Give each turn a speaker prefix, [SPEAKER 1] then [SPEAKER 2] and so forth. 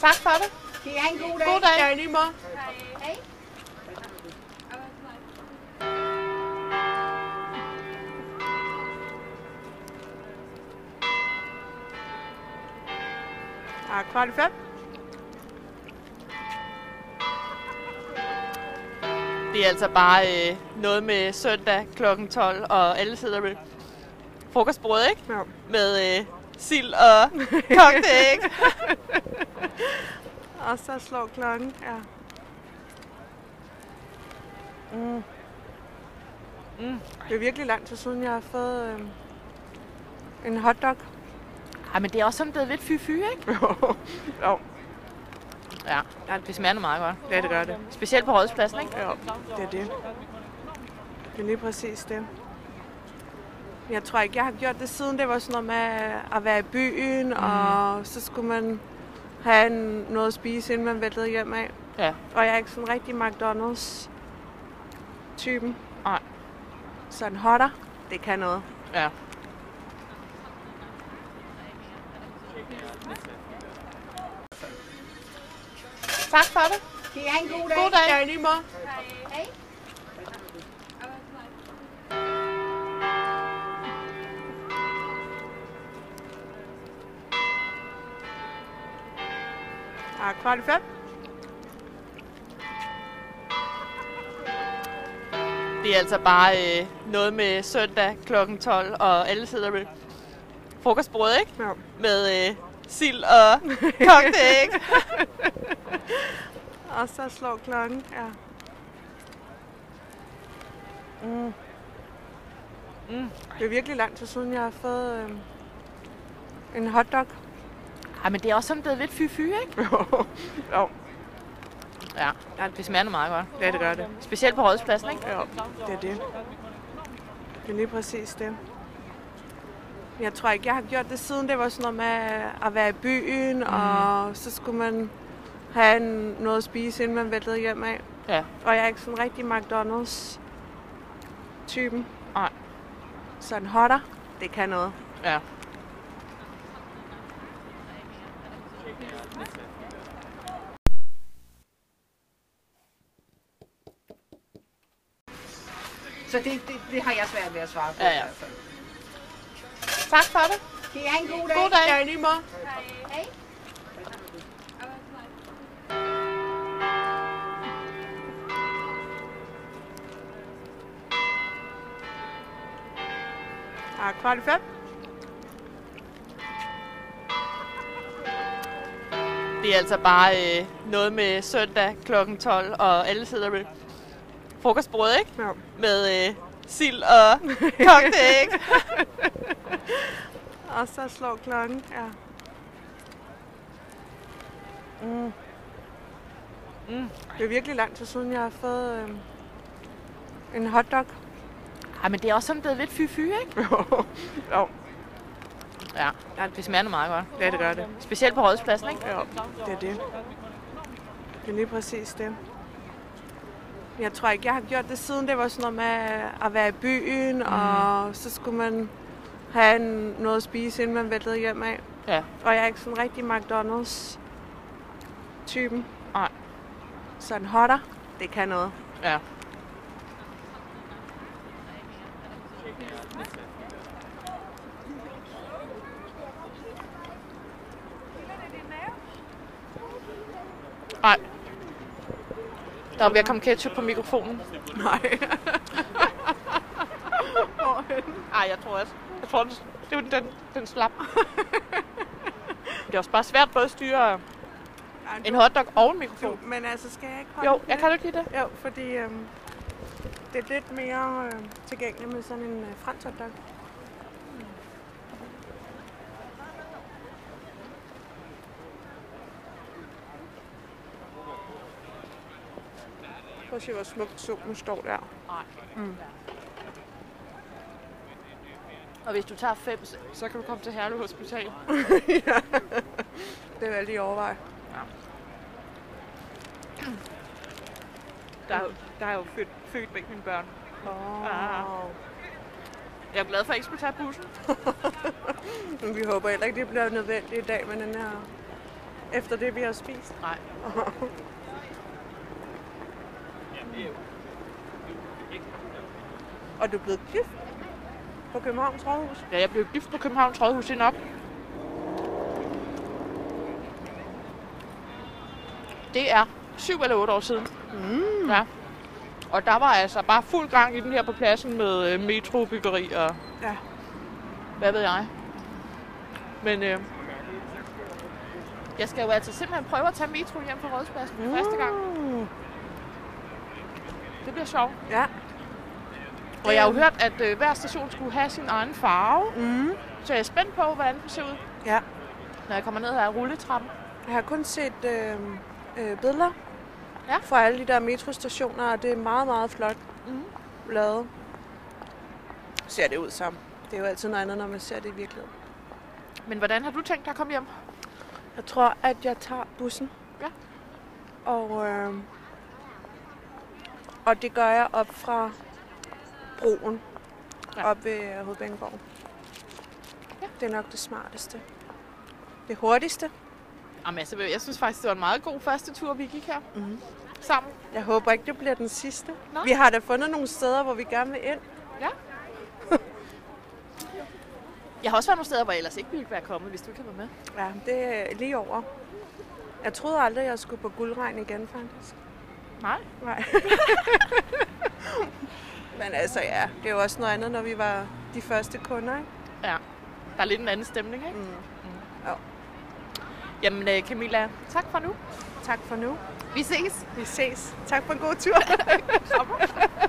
[SPEAKER 1] Tak for det.
[SPEAKER 2] Kan I have en god dag?
[SPEAKER 1] God dag.
[SPEAKER 3] Ja, i lige måde. Ah, kvart i fem.
[SPEAKER 1] Det er altså bare øh, noget med søndag kl. 12, og alle sidder ved frokostbordet, ikke?
[SPEAKER 3] Ja.
[SPEAKER 1] Med øh, sild og kogte æg.
[SPEAKER 3] Og så slår klokken. Ja.
[SPEAKER 1] Mm.
[SPEAKER 3] Mm. Det er virkelig lang tid siden, jeg har fået øh, en hotdog.
[SPEAKER 1] Ej, men det er også sådan blevet lidt fy-fy, ikke?
[SPEAKER 3] Jo. jo,
[SPEAKER 1] Ja, det smager nu meget godt.
[SPEAKER 3] ja, det gør det.
[SPEAKER 1] Specielt på Rådhuspladsen, ikke?
[SPEAKER 3] Jo, det er det. Det er lige præcis det. Jeg tror ikke, jeg har gjort det siden. Det var sådan noget med at være i byen, mm. og så skulle man have en, noget at spise, inden man væltede hjem af.
[SPEAKER 1] Ja.
[SPEAKER 3] Og jeg er ikke sådan rigtig McDonald's-typen.
[SPEAKER 1] Nej.
[SPEAKER 3] Så en hotter, det kan noget.
[SPEAKER 1] Ja. Tak for det.
[SPEAKER 2] Kan I have en god dag?
[SPEAKER 1] God dag.
[SPEAKER 3] Ja, i lige måde. Ah, kvart i fem.
[SPEAKER 1] Det er altså bare øh, noget med søndag kl. 12, og alle sidder ved frokostbordet, ikke?
[SPEAKER 3] Ja.
[SPEAKER 1] Med øh, sild og kogte æg.
[SPEAKER 3] Og så slår klokken. Ja.
[SPEAKER 1] Mm.
[SPEAKER 3] Mm. Det er virkelig lang tid siden, jeg har fået øh, en hotdog.
[SPEAKER 1] Ej, men det er også sådan blevet lidt fy-fy, ikke?
[SPEAKER 3] Jo. jo,
[SPEAKER 1] Ja. Det smager nu meget godt.
[SPEAKER 3] ja, det gør det.
[SPEAKER 1] Specielt på Rådhuspladsen, ikke?
[SPEAKER 3] Jo, det er det. Det er lige præcis det. Jeg tror ikke, jeg har gjort det siden. Det var sådan noget med øh, at være i byen, mm. og så skulle man have en, noget at spise, inden man væltede hjem af.
[SPEAKER 1] Ja.
[SPEAKER 3] Og jeg er ikke sådan rigtig McDonald's-typen.
[SPEAKER 1] Nej.
[SPEAKER 3] Så en hotter, det kan noget.
[SPEAKER 1] Ja.
[SPEAKER 2] Så det, det, det har jeg svært ved at svare på.
[SPEAKER 1] Ja, ja.
[SPEAKER 2] i hvert fald.
[SPEAKER 1] Tak for det.
[SPEAKER 2] Kan I have en god dag?
[SPEAKER 1] God dag.
[SPEAKER 3] Ja, i lige måde. Ah, kvart i fem.
[SPEAKER 1] Det er altså bare øh, noget med søndag kl. 12, og alle sidder ved frokostbordet, ikke?
[SPEAKER 3] Jo.
[SPEAKER 1] Med øh, sild og kogte æg.
[SPEAKER 3] Og så slår klokken. Ja.
[SPEAKER 1] Mm.
[SPEAKER 2] Mm.
[SPEAKER 3] Det er virkelig lang tid siden, jeg har fået øh, en hotdog.
[SPEAKER 1] Ej, men det er også sådan blevet lidt fy-fy, ikke?
[SPEAKER 3] Jo. jo,
[SPEAKER 1] Ja. Det smager nu meget godt.
[SPEAKER 3] ja, det gør det.
[SPEAKER 1] Specielt på Rådhuspladsen, ikke?
[SPEAKER 3] Jo, det er det. Det er lige præcis det. Jeg tror ikke, jeg har gjort det siden. Det var sådan noget med at være i byen, mm. og så skulle man have en, noget at spise, inden man væltede hjem af.
[SPEAKER 1] Ja.
[SPEAKER 3] Og jeg er ikke sådan rigtig McDonald's-typen.
[SPEAKER 1] Nej.
[SPEAKER 3] Så en hotter, det kan noget.
[SPEAKER 1] Ja. Nej. Der er ved at komme ketchup på mikrofonen.
[SPEAKER 3] Nej.
[SPEAKER 1] Nej, jeg tror også. Jeg tror, den, det var den, den slap. det er også bare svært både at styre
[SPEAKER 3] Ej,
[SPEAKER 1] en
[SPEAKER 3] du-
[SPEAKER 1] hotdog og en
[SPEAKER 3] du-
[SPEAKER 1] mikrofon.
[SPEAKER 3] Men altså, skal jeg ikke holde
[SPEAKER 1] Jo,
[SPEAKER 3] den
[SPEAKER 1] jeg
[SPEAKER 3] lidt?
[SPEAKER 1] kan du ikke lide det?
[SPEAKER 3] Jo, fordi øhm, det er lidt mere øh, tilgængeligt med sådan en øh, fransk hotdog. Prøv at se, hvor smukt solen står der.
[SPEAKER 1] Nej. Og hvis du tager fem, så kan du komme til Herlev Hospital.
[SPEAKER 3] Det vil jeg lige overveje.
[SPEAKER 1] Der er, jo- der er jo født, født begge mine børn.
[SPEAKER 3] Oh.
[SPEAKER 1] Ah. Jeg er glad for, at jeg ikke skulle tage bussen.
[SPEAKER 3] Men vi håber heller ikke, det bliver nødvendigt i dag med den her efter det, vi har spist.
[SPEAKER 1] Nej.
[SPEAKER 3] Og du er blevet gift på Københavns Rådhus.
[SPEAKER 1] Ja, jeg blev gift på Københavns Rådhus det er nok. Det er syv eller otte år siden. Mm. Ja. Og der var altså bare fuld gang i den her på pladsen med øh, metrobyggeri og
[SPEAKER 3] Ja.
[SPEAKER 1] hvad ved jeg. Men øh, jeg skal jo altså simpelthen prøve at tage metro hjem fra Rådhuspladsen for første gang.
[SPEAKER 3] Mm.
[SPEAKER 1] Det bliver sjovt.
[SPEAKER 3] Ja.
[SPEAKER 1] Og jeg har jo hørt, at øh, hver station skulle have sin egen farve.
[SPEAKER 3] Mm.
[SPEAKER 1] Så jeg er spændt på, hvordan den ser ud,
[SPEAKER 3] Ja.
[SPEAKER 1] når jeg kommer ned her af rulletrappen.
[SPEAKER 3] Jeg har kun set øh, øh, billeder
[SPEAKER 1] Ja.
[SPEAKER 3] fra alle de der metrostationer, og det er meget, meget flot
[SPEAKER 1] Mhm.
[SPEAKER 3] lavet. Ser det ud som. Det er jo altid noget andet, når man ser det i virkeligheden.
[SPEAKER 1] Men hvordan har du tænkt dig at komme hjem?
[SPEAKER 3] Jeg tror, at jeg tager bussen.
[SPEAKER 1] Ja.
[SPEAKER 3] Og, øh, og det gør jeg op fra broen.
[SPEAKER 1] Ja.
[SPEAKER 3] Ja. Op ved øh, Hovedbanegården.
[SPEAKER 1] Ja.
[SPEAKER 3] Det er nok det smarteste. Det hurtigste.
[SPEAKER 1] Jamen, altså, jeg synes faktisk, det var en meget god første tur, vi gik her. Mm-hmm. Sammen.
[SPEAKER 3] Jeg håber ikke, det bliver den sidste.
[SPEAKER 1] Nå.
[SPEAKER 3] Vi har da fundet nogle steder, hvor vi gerne vil ind.
[SPEAKER 1] Ja. jeg har også været nogle steder, hvor jeg ellers ikke ville være kommet, hvis du ikke havde været med.
[SPEAKER 3] Ja, det er lige over. Jeg troede aldrig, jeg skulle på guldregn igen, faktisk.
[SPEAKER 1] Nej.
[SPEAKER 3] Nej. Men altså, ja, det er jo også noget andet, når vi var de første kunder, ikke?
[SPEAKER 1] Ja. Der er lidt en anden stemning, ikke?
[SPEAKER 3] Mm.
[SPEAKER 1] Mm.
[SPEAKER 3] Jo.
[SPEAKER 1] Jamen, øh, Camilla, tak for nu.
[SPEAKER 3] Tak for nu.
[SPEAKER 1] Vi ses.
[SPEAKER 3] Vi ses. Tak for en god tur.